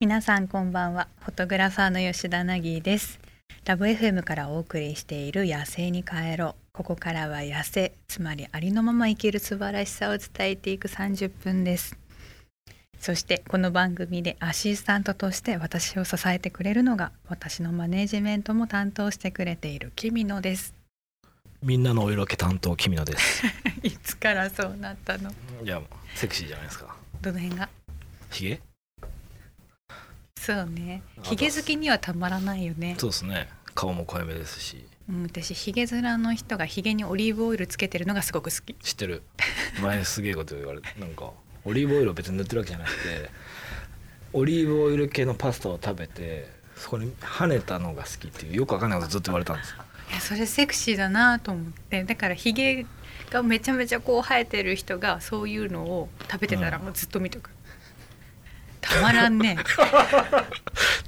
皆さんこんばんはフォトグラファーの吉田凪ですラブ FM からお送りしている野生に帰ろうここからは野生つまりありのまま生きる素晴らしさを伝えていく30分ですそしてこの番組でアシスタントとして私を支えてくれるのが私のマネジメントも担当してくれているキミノです みんなのお色気担当君のです。いつからそうなったのいや、セクシーじゃないですか。どの辺がひげそうねあヒゲ好きにはたまらないよねそうですね。顔も濃いめですし、うん、私ヒゲ面の人がヒゲにオリーブオイルつけてるのがすごく好き知ってる。前すげえこと言われて、なんかオリーブオイルを別に塗ってるわけじゃなくて、オリーブオイル系のパスタを食べて、そこに跳ねたのが好きっていうよくわかんないことずっと言われたんですよ。いやそれセクシーだなと思ってだからヒゲがめちゃめちゃこう生えてる人がそういうのを食べてたらうんもうずっと見とく、たまらん ね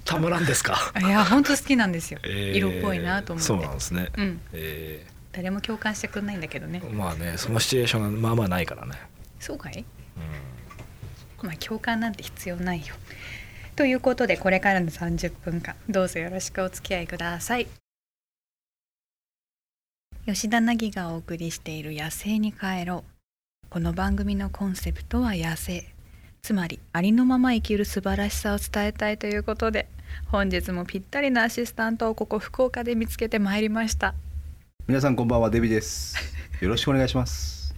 たまらんですか。いや本当好きなんですよ、えー色っぽいなと思ってそうなんですね。うん、え誰も共感してくんないんだけどねーまあね、そのシチュエーションがまあまあないからね。そうかいうんまあ共感なんて必要ないよということでこれからの30分間どうぞよろしくお付き合いください吉田凪がお送りしている「野生に帰ろう」この番組のコンセプトは「野生」つまりありのまま生きる素晴らしさを伝えたいということで本日もぴったりなアシスタントをここ福岡で見つけてまいりました皆さんこんばんはデビですよろしくお願いします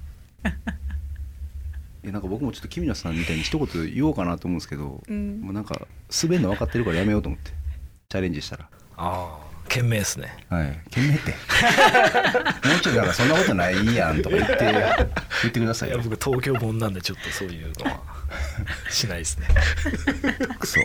えなんか僕もちょっと君野さんみたいに一言言おうかなと思うんですけど、うんもうなんか滑るの分かってるからやめようと思ってチャレンジしたらああ、賢明ですね。はい懸命って もうちょいなんかそんなことないやんとか言って言ってくださいいやよ僕東京本なんでちょっとそういうのは しないですね。クソ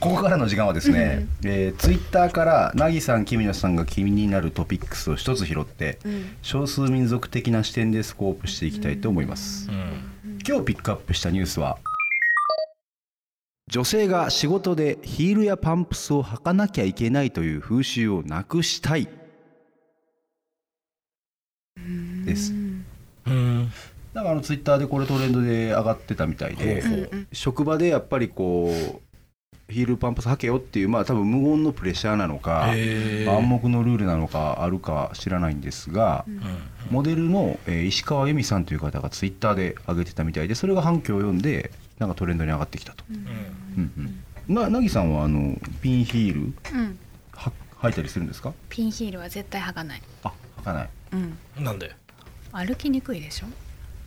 ここからの時間はですね、えー、ツイッターからなぎさん君野さんが気になるトピックスを一つ拾って、少数民族的な視点でスコープしていきたいと思います、うん。今日ピックアップしたニュースは女性が仕事でヒールやパンプスを履かなきゃいけないという風習をなくしたいですうん。なんかあのツイッターでこれトレンドで上がってたみたいで、ほうほう職場でやっぱりこうヒールパンプス履けよっていうまあ多分無言のプレッシャーなのか、へえ暗黙のルールなのかあるか知らないんですが、モデルの、えー石川由美さんという方がツイッターで上げてたみたいでそれが反響を読んでなんかトレンドに上がってきたと。うんうんうん、ななぎさんはあのピンヒールうんは履いたりするんですかピンヒールは絶対履かない、あ履かないうん、なんで、歩きにくいでしょ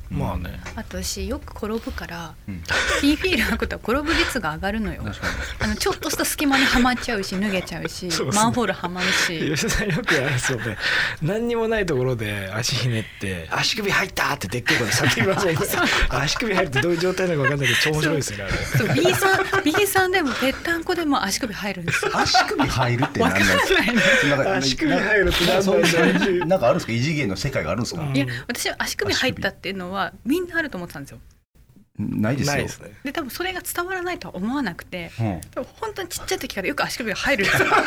まあね。あと私よく転ぶから、うんピンフィール履くと転ぶ率が上がるのよ確かあのちょっとした隙間にはまっちゃう し脱げちゃうしそうですねマンホールはまるし吉田さんよくやるんですよね。何にもないところで足ひねって足首入ったってでっけえ声で叫び ませんか。足首入るってどういう状態なのか分かんないけど超面白いですよねあれ。そう B さん B さんでもぺったんこでも足首入るんですよに足首入るってわ何かなんんですないねなんか足首入るってな何んなんだかそういうなんかあるんですか異次元の世界があるんですか、うんいや私は足首入ったっていうのはみんなあると思ってたんですよないですよないですね。で多分それが伝わらないとは思わなくてうん多分本当にちっちゃい時からよく足首が入るんですよトゥ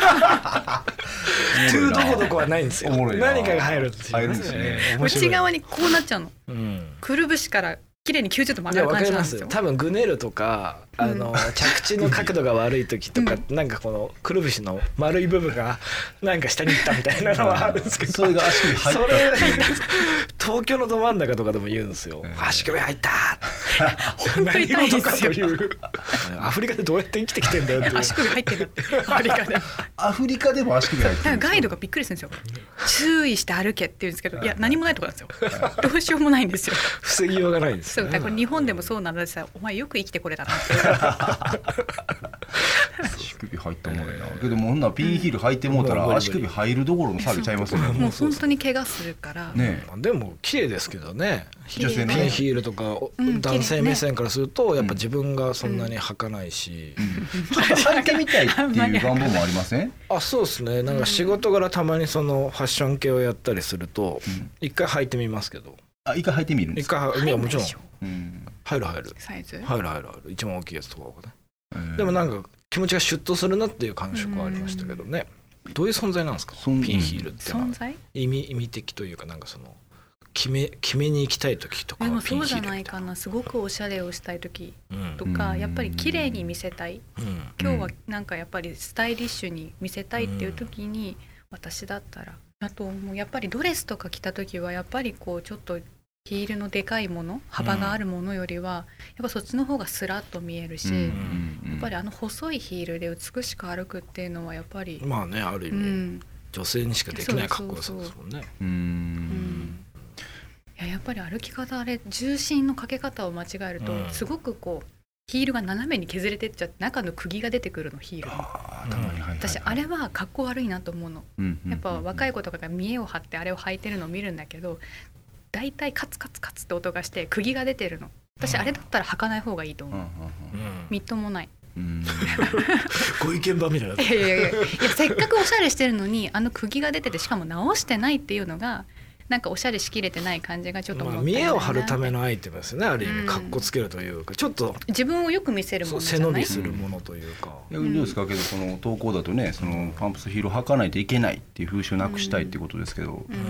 ーどこどこはないんですよ。おもろいな何かが入るっていう入るんですね 面白い内側にこうなっちゃうのうん。くるぶしから綺麗に90度曲いがやるわ感かじりなんまですすよよ多分グネるとかあの、着地の角度が悪い時とか、なんかこのくるぶしの丸い部分がなんか下に行ったみたいなのはあるんですけどそれが足首入ったそれ東京のど真ん中とかでも言うんですよ、足首入った本当に痛いですよ何事かという アフリカでどうやって生きてきてんだよってい う足首入ってる ってアフリカでアフリカでも足首入っだてからるガイドがびっくりするんですよ注意して歩けって言うんですけどいや何もないとこなんですよどうしようもないんです よ防ぎようがないんですそうよ、だからこれ日本でもそうなんだしさお前よく生きてこれたなって足首入ったもんなけどもうほんならピンヒール履いてもうたうんら足首入るどころの差別ちゃいますよねもう本当に怪我するから、ねでも綺麗ですけどね女性のピンねヒールとかおうん男性目線からするとやっぱ自分がそんなに履かないし、えちょっと履いてみたいっていう願望もありませんあそうですねなんか仕事柄たまにそのファッション系をやったりするとうん一回履いてみますけどあ一回履いてみるんで一すか、回はいやもちろ入んないんでしょうん入る入るサイズ、入る入る入る一番大きいやつとかはねえーでもなんか気持ちがシュッとするなっていう感触はありましたけどねどういう存在なんですかそんピンヒールってのは存在意味意味的というかなんかその決め決めに行きたい時とかではもピそンうじヒゃールなみいたかいななすごくおしゃれをしたい時うんとか、うんやっぱり綺麗に見せたいうん今日はなんかやっぱりスタイリッシュに見せたいっていう時に、私だったらあともうやっぱりドレスとか着た時はやっぱりこうちょっとヒールのでかいもの幅があるものよりは、やっぱそっちの方がスラッと見えるし、うんやうんっぱりあの細いヒールで美しく歩くっていうのはやっぱり、まあねある意う味、ん、女性にしかできないかっこよさですもんねうんんいややっぱり歩き方あれ重心のかけ方を間違えると、うんすごくこうヒールが斜めに削れてっちゃって中の釘が出てくるのヒールにあー頭に入る私あれは格好悪いなと思うのやっぱ若いい子とかが見栄を張ってあれを履いてるのを見るんだけど大体カツカツカツって音がして釘が出てるの私あれだったら履かない方がいいと思う、みっともないうんご意見番みたいないやいやいやいやせっかくおしゃれしてるのにあの釘が出ててしかも直してないっていうのがなんかおしゃれしきれてない感じがちょっともっまあ、たい見ない栄なを張るためのアイテムですよねある意うん味かっこつけるというかちょっと自分をよく見せるもそのうじ背ゃ伸ないびするものというか、逆にどうですかけどその投稿だとねそのパンプスヒール履かないといけないっていう風習なくしたいってことですけど、ううんん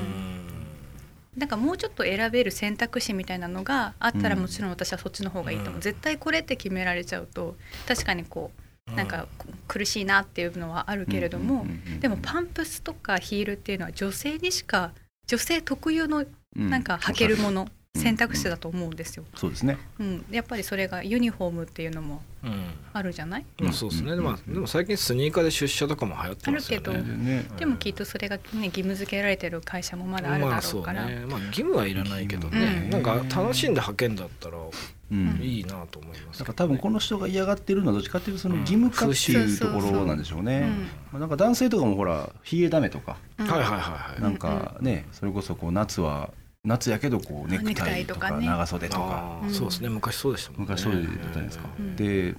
なんかもうちょっと選べる選択肢みたいなのがあったらうんもちろん私はそっちの方がいいと思う、うん絶対これって決められちゃうと確かにこうなんかこう苦しいなっていうのはあるけれども、うんうんうんうんでもパンプスとかヒールっていうのは女性にしか女性特有のうなんか履けるもの、うん選択肢だと思うんですよ、そうですねうん、やっぱりそれがユニフォームっていうのもうんあるじゃないまあそうですね、うんまあ、でも最近スニーカーで出社とかも流行ってますよねあるけどねでもきっとそれが、ね、義務付けられてる会社もまだあるまだあそろううから、ねまあ義務はいらないけどね、うんなんか楽しんで履けんだったらうんいいなと思いますだけかどね、ら多分この人が嫌がってるのはどっちかっていうとその義務化っていうところなんでしょうね。うんまあなんか男性とかもほら冷えダメとかうんはいはいはいなはいんかねそれこそこう夏は夏やけどこうネクタネイとクタイとかかね長袖とかあーそうですね昔そうでしたもんね昔そうじゃないですかう。んで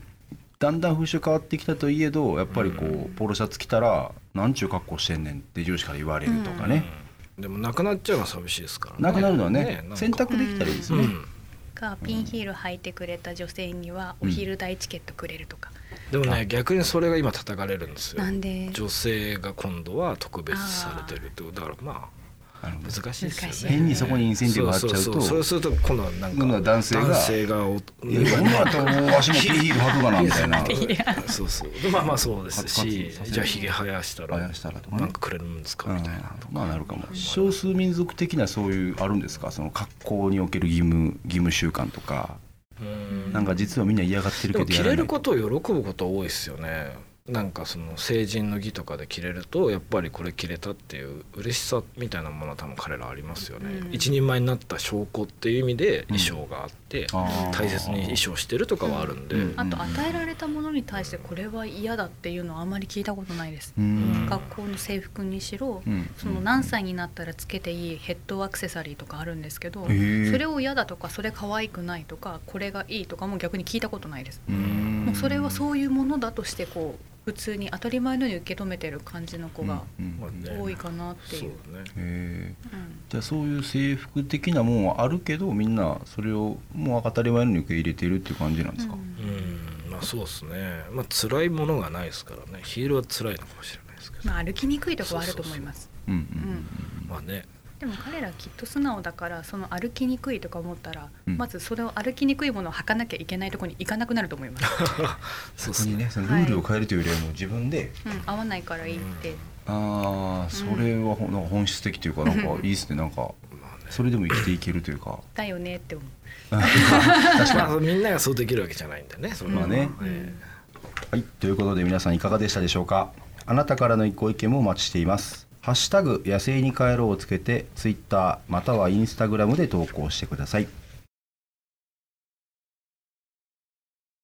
だんだん風習変わってきたといえどやっぱりこうポロシャツ着たら「なんちゅう格好してんねん」って上司から言われるとかねうんでもなくなっちゃうのは寂しいですからねなくなるのはねねなんか選択できたらいいですうね。んかピンヒール履いてくれた女性にはお昼代チケットくれるとか、でもね逆にそれが今叩かれるんですよなんで女性が今度は特別視されてるってことだからまあのあ難しいですよね難しい変にそこにインセンティブがあっちゃうとそそそれすると今度はなん今度かは男性が男性がおいやいや俺だともう足もピーヒール履くかなみたい な。そうそうまあまあそうですしパツパツじゃあひげ生やしたら生やしたらとかねなんかくれるんですかみたいなまあなるかも少数民族的なそういうあるんですかその格好における義務義務習慣とかうんなんか実はみんな嫌がってるでけもど着やられなるいことを喜ぶこと多いですよねなんかその成人の儀とかで着れるとやっぱりこれ着れたっていう嬉しさみたいなものは多分彼らありますよね、うん一人前になった証拠っていう意味で衣装があって、あー大切に衣装してるとかはあるんで、うんあと与えられたものに対してこれは嫌だっていうのはあまり聞いたことないです、うん学校の制服にしろ、うんその何歳になったらつけていいヘッドアクセサリーとかあるんですけど、へえそれを嫌だとかそれ可愛くないとかこれがいいとかも逆に聞いたことないです、うんもうそれはそういうものだとしてこう普通に当たり前のように受け止めてる感じの子がうんまあね多いかなっていう、そうねへえうんじゃあそういう制服的なもんはあるけどみんなそれをもう当たり前のように受け入れているっていう感じなんですか、うんうんまあそうですねまあ辛いものがないですからねヒールは辛いのかもしれないですけど、まあ、歩きにくいとこはあると思いますうんまあねでも彼らきっと素直だからその歩きにくいとか思ったら、うんまずそれを歩きにくいものを履かなきゃいけないところに行かなくなると思います、そうっそすこにねねそのルールを変えるというよりはもう自分で、うん、合わないからいいって、ああそれはほなんか本質的というかなんかいいですねなんかそれでも生きていけるというかだよねって思う、まあみんながそうできるわけじゃないんでねそれはまあねうんはい、ということで皆さんいかがでしたでしょうかあなたからのご意見もお待ちしています「ハッシュタグ野生に帰ろう」をつけて Twitter または Instagram で投稿してください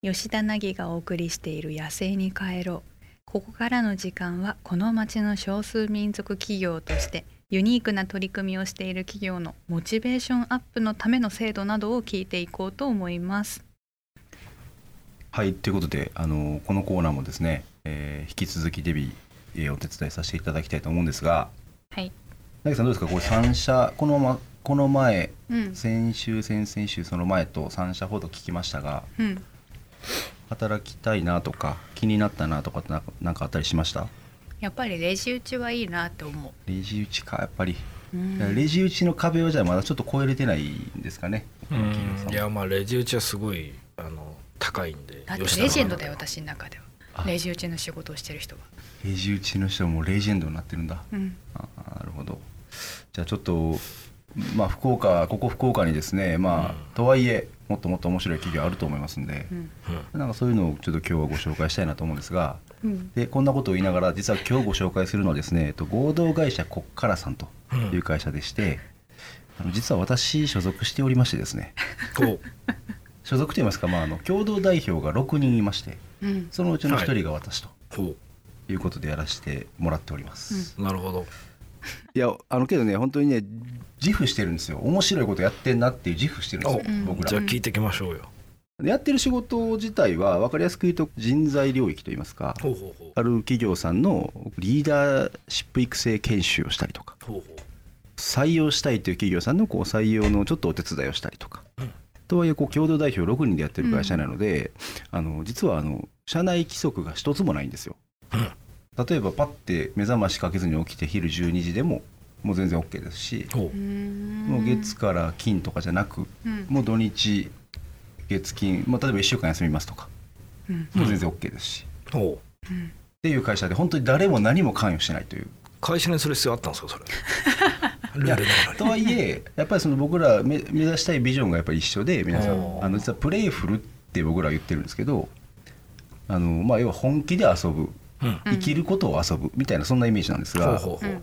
吉田凪がお送りしている野生に帰ろうここからの時間はこの町の少数民族企業としてユニークな取り組みをしている企業のモチベーションアップのための制度などを聞いていこうと思いますはいということであのこのコーナーもですね、えー引き続きデビ、えーお手伝いさせていただきたいと思うんですがはい、なぎさんどうですかこれ三社この,、ま、この前うん先週先々週その前と3社ほど聞きましたがうん、働きたいなとか気になったなとかってなんかなんかあったりしましたやっぱりレジ打ちはいいなって思うレジ打ちかやっぱりうんだからレジ打ちの壁はじゃあまだちょっと超えれてないんですかね。いやまあレジ打ちはすごいあの高いんでだって吉田レジェンドのだよ中で私の中ではあレジ打ちの仕事をしてる人は、レジ打ちの人はもうレジェンドになってるんだ。うん、あなるほどじゃあちょっとまあ福岡ここ福岡にですねまあ、うんとはいえもっともっと面白い企業あると思いますんでう、んはなんかそういうのをちょっと今日はご紹介したいなと思うんですがうんでこんなことを言いながら実は今日ご紹介するのはですねえっと合同会社こっからさんという会社でして、あの実は私所属しておりましてですねうんこう所属といいますか、まあ、あの共同代表が6人いましてうんそのうちの1人が私とこいうことでやらせてもらっております。うんうなるほどいやあのけどね本当にね自負してるんですよ面白いことやってんなっていう自負してるんですよお僕じゃらあ聞いていきましょうよでやってる仕事自体は分かりやすく言うと人材領域といいますかほうほうほうある企業さんのリーダーシップ育成研修をしたりとかほうほ採用したいという企業さんのこう採用のちょっとお手伝いをしたりとかうんとはいえこう共同代表6人でやってる会社なので、あの実はあの社内規則が一つもないんですようん例えばパッて目覚ましかけずに起きて昼12時でももう全然 OK ですしうほももう月から金とかじゃなくうんもう土日月金、まあ、例えば1週間休みますとかうんもう全然 OK ですし、っうほううんていう会社で本当に誰も何も関与してないという。会社にする必要あったんで すかそれルールなのにとはいえやっぱりその僕らめ目指したいビジョンがやっぱり一緒で皆さんおーあの実はプレイフルって僕らは言ってるんですけどあの、まあ、要は本気で遊ぶうんうん生きることを遊ぶみたいなそんなイメージなんですほうが、ほうほううん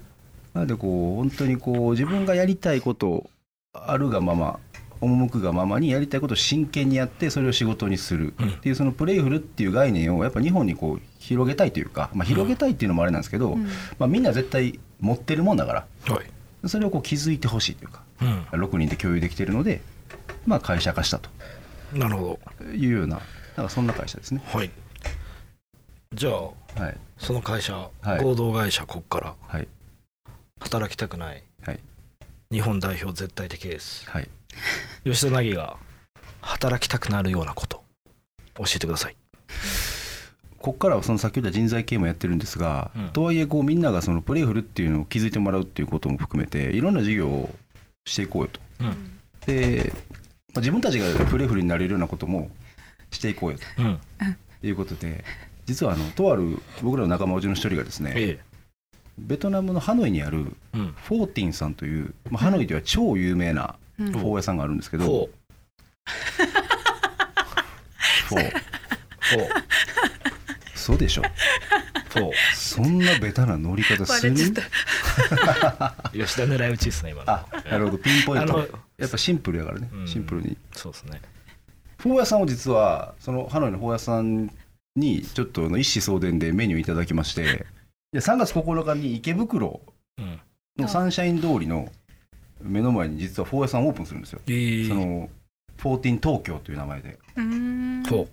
なのでこう本当にこう自分がやりたいことあるがまま赴くがままにやりたいことを真剣にやってそれを仕事にするうんっていうそのプレイフルっていう概念をやっぱ日本にこう広げたいというか、まあ、広げたいっていうのもあれなんですけど、うんまあ、みんな絶対持ってるもんだかはいらそれをこう気づいてほしいというかう6人で共有できてるので、まあ、会社化したとんなるほいうようななんかそんな会社ですね。どはいじゃあはいその会社、はい合同会社こっからはい働きたくないはい日本代表絶対的ですはい吉田凪が働きたくなるようなこと教えてくださいここからはその先ほど人材系もやってるんですが、うんとはいえこうみんながそのプレイフルっていうのを気づいてもらうっていうことも含めていろんな事業をしていこうよとうんで、まあ自分たちがプレイフルになれるようなこともしていこうようんということで実はあのとある僕らの仲間うちの一人がですねえベトナムのハノイにあるえうんフォーティンさんという、まあ、ハノイでは超有名なうんフォー屋さんがあるんですけど、ほうフォーほうそうでしょほそんなベタな乗り方バす レるちゃった う吉田狙い撃ちですね今のあなるほどピンポインあトのやっぱシンプルやからねうんシンプルにそうですねフォーヤさんを実はそのハノイのフォーヤさんにちょっとあの一子相伝でメニューいただきましてい や3月9日に池袋うんのサンシャイン通りの目の前に実はフォーヤさんオープンするんですよえーその14東京という名前でうーんほ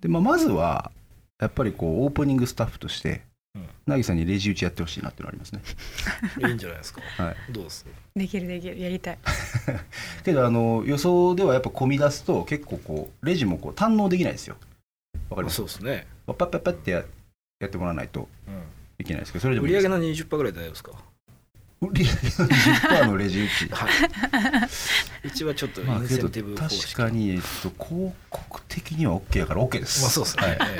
で、まあ、まずはやっぱりこうオープニングスタッフとしてうん凪さんにレジ打ちやってほしいなっていうのありますねういいんじゃないですか はいどうですできるできるやりたいけどあの予想ではやっぱ混み出すと結構こうレジもこう堪能できないですよわかりますそうですねパッパッパッパッってややってもらわないとうんいけないですけどそれでも売いいりで上すげの20%ぐらいで大丈夫ですか売り上げの10%のレジ打 ち はいうちはちょっとイまあンけセどンティブ方確式かに、えっと、広告的には OK やから OK です、まあそうですね、はいえ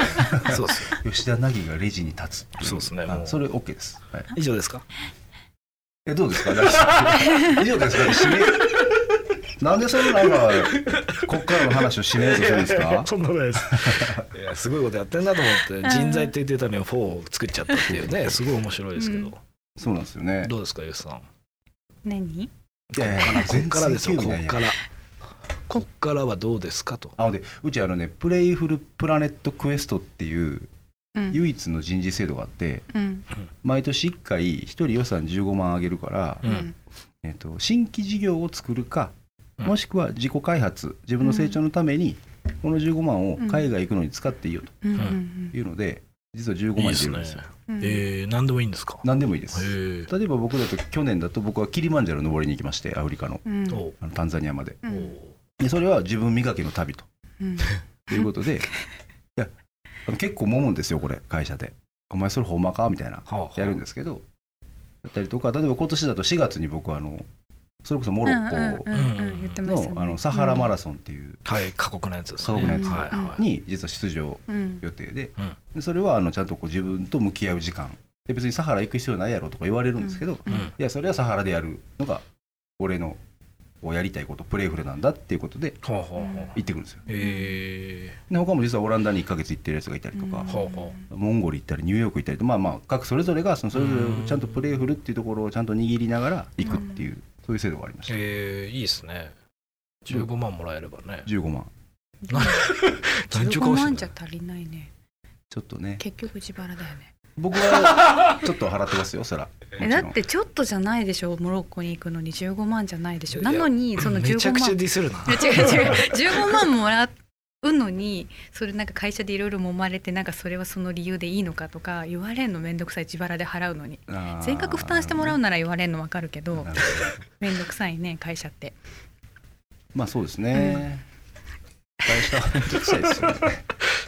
えそうです 吉田凪がレジに立つっていそうですねもあうそれ OK です、はい、以上ですかえどうですか 凪さん以上ですか締めなんでそのなんかこっからの話を締めようとするんですかそんなことないです いやすごいことやってんなと思って人材って言ってたのに4を作っちゃったっていうねすごい面白いですけど、そうなんですよねどうですか吉さん何いやいやこっからですよこ全然興味っないやんからこっからはどうですかとあのでうちあのねプレイフルプラネットクエストっていううん唯一の人事制度があってうん毎年1回1人予算15万上げるから、うんえっと新規事業を作るか、うんもしくは自己開発自分の成長のために、この15万を海外行くのに使っていいようんうんというので、実は15いい万で出するんねですよ。うんえー、何でもいいんですか何でもいいでへすー例えば僕だと去年だと僕はキリマンジャロ登りに行きましてアフリカのうんおうあのタンザニアまでうおんうでそれは自分磨きの旅とうんいうことでいやあの結構揉むんですよこれ会社で「お前それほんまか?」みたいなはあはあやるんですけどだったりとか例えば今年だと4月に僕はあのそれこそモロッコんうん言ってましたねのあのサハラマララソンっていうはい過酷なやつですね過酷なやつはいはいに実は出場ソン予定でうんでそれはあのちゃんとこう自分と向き合う時間で別にサハラ行く必要ないやろとか言われるんですけど、いうんやそれはサハラでやるのが俺のこうやりたいことプレイフルなんだっていうことでほうほうほう行ってくるんですよえで他も実はオランダに1ヶ月行ってるやつがいたりとか、ほうほモンゴル行ったりニューヨーク行ったりとまあまあ各それぞれがそのそれぞれちゃんとプレイフルっていうところをちゃんと握りながら行くっていう、そういう制度がありましーた、えーいいですね15万もらえればね15万何ちゅう15顔してん万のじゃ足りないねちょっとね結局自腹だよね僕はちょっと払ってますよそら えだってちょっとじゃないでしょモロッコに行くのに15万じゃないでしょいやなのにそのめち15ゃくちゃ万ディスるないや違う違う15万もらうのにそれなんか会社でいろいろ揉まれてなんかそれはその理由でいいのかとか言われんのめんどくさい自腹で払うのに全額負担してもらうのなら言われんのわかるけどなるほどめんどくさいね会社ってまあそうですね。大した話したいですよね。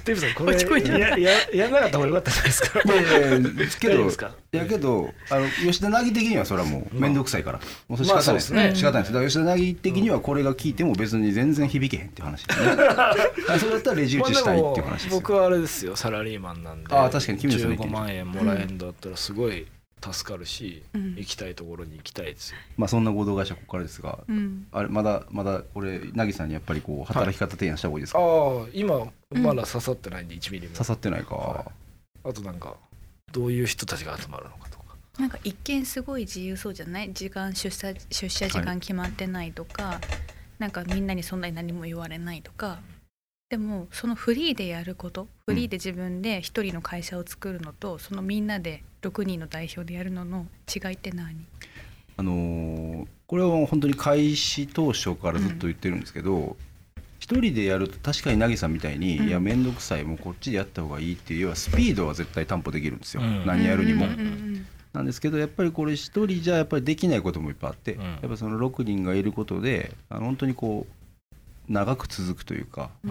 デイブさんこ落ち込んじゃれっやややんなかった方が良かったじゃないです かいやいやけ大丈夫ど、ですいかやけど、あの吉田凪的にはそれはもう面倒くさいから、もうそれ仕まあ方ないですね。そうですね仕方ないです。だから吉田凪的にはこれが効いても別に全然響けへんっていう話ですね。あそれだったらレジ打ちしたいっていう話ですよ。僕はあれですよサラリーマンなんでああ確かに君のその意見15万円もらえるんだったらすごい助かるし、うん行きたいところに行きたいですよまあそんな合同会社ここからですが、うんあれまだまだこれ凪さんにやっぱりこう働き方提案した方がいいですか。ああ今まだ刺さってないんで1ミリも、刺さってないか。あとなんかどういう人たちが集まるのかとかなんか一見すごい自由そうじゃない時間出社出社時間決まってないとか、なんかみんなにそんなに何も言われないとかでもそのフリーでやることフリーで自分で一人の会社を作るのと、そのみんなで6人の代表でやるのの違いって何あのーこれはもう本当に開始当初からずっと言ってるんですけど、一人でやると確かに凪さんみたいに、うんいや面倒くさいもうこっちでやった方がいいっていう要はスピードは絶対担保できるんですよ、うん何やるにも、うんうんうんなんですけどやっぱりこれ一人じゃやっぱりできないこともいっぱいあって、うんやっぱその6人がいることであの本当にこう長く続くというか、うん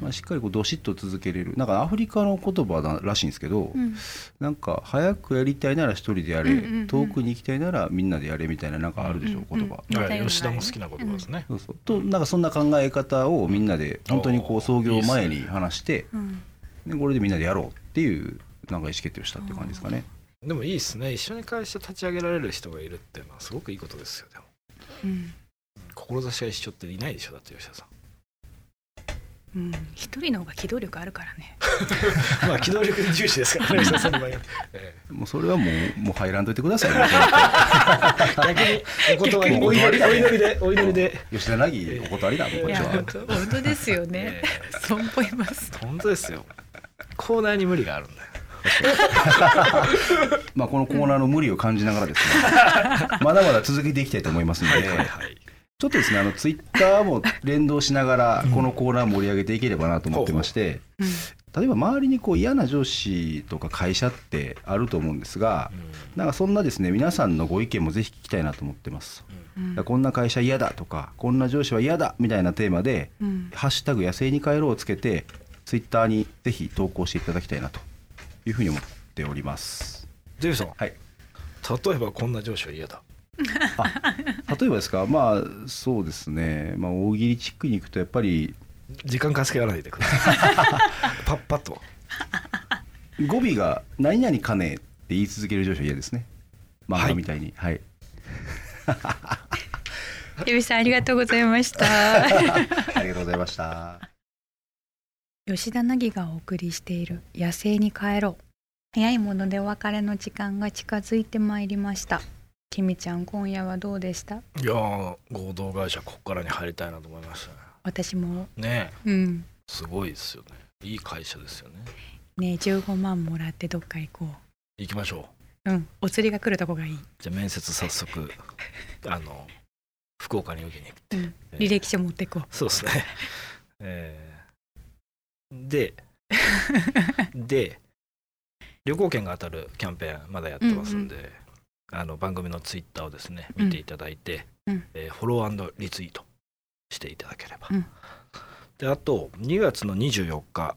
まあ、しっかりこうどしっと続けれるなんかアフリカの言葉だらしいんですけど、うんなんか早くやりたいなら一人でやれ、うんうんうん遠くに行きたいならみんなでやれみたいななんかあるでしょう、うんうん言葉。似たようなはい吉田も好きな言葉ですね、そうそうとなんかそんな考え方をみんなで本当にこおーう創業前に話してうんでこれでみんなでやろうっていうなんか意思決定をしたっていう感じですかね。でもいいですね一緒に会社立ち上げられる人がいるっていうのはすごくいいことですよでもうん志が一緒っていないでしょだって吉 田さうん一人の方が機動力あるからねんまあ機動力重視ですからね吉田さんの場 合は、えもうそれはもうもう入らんといてくださいね。え逆にお断りもうおお祈りお祈りだね祈りでお祈りで吉田凪お断りだもうこっいちや本は。当本当ですよねそう思います本当ですよコーナーに無理があるんだよまあこのコーナーの無理を感じながらです ねまだまだ続けていきたいと思いますのではいちょっとですねあのツイッターも連動しながらこのコーナー盛り上げていければなと思ってまして。うん例えば周りにこう嫌な上司とか会社ってあると思うんですが、なんかそんなですね皆さんのご意見もぜひ聞きたいなと思ってます。うんこんな会社嫌だとかこんな上司は嫌だみたいなテーマでうん「ハッシュタグ野生に帰ろう」をつけてツイッターにぜひ投稿していただきたいなというふうに思っております。デビューさんはい、例えばこんな上司は嫌だ例えばですかまあそうですね、まあ、大喜利チックに行くとやっぱり時間稼がないでください パッパッと語尾が「何々かね」って言い続ける上司は嫌ですね漫画みたいにはいゆびさんありがとうございました。ありがとうございました。吉田凪がお送りしている野生に帰ろう。早いものでお別れの時間が近づいてまいりました。きみちゃん今夜はどうでした？いやー合同会社ここからに入りたいなと思いました私もねねえうんすごいですよねいい会社ですよねねえ15万もらってどっか行こ行きましょうう。うんお釣りが来るとこがいい。じゃあ面接早速あの福岡に受けに行うくんえー履歴書持ってこう。そうです ねえーでで旅行券が当たるキャンペーンまだやってますんで、あの番組のツイッターをですねうん見ていただいて、うんえーフォローリツイートしていただければ、うんであと2月の24日、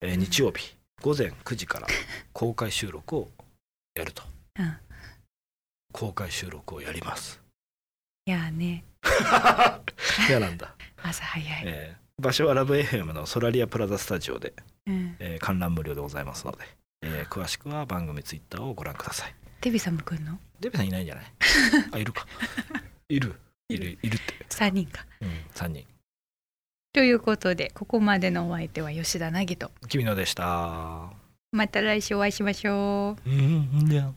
えーうん日曜日午前9時から公開収録をやるとうん公開収録をやります。いやーね嫌なんだ。朝早い、えー場所はラブ FM のソラリアプラザスタジオで、うん、えー観覧無料でございますので、えー詳しくは番組ツイッターをご覧ください。デビさんも来るのデビさんいないんじゃないあいるかいるいるいるって、 3人かうん、3人ということでここまでのお相手は吉田凪と君のでしたまた来週お会いしましょううんじゃあ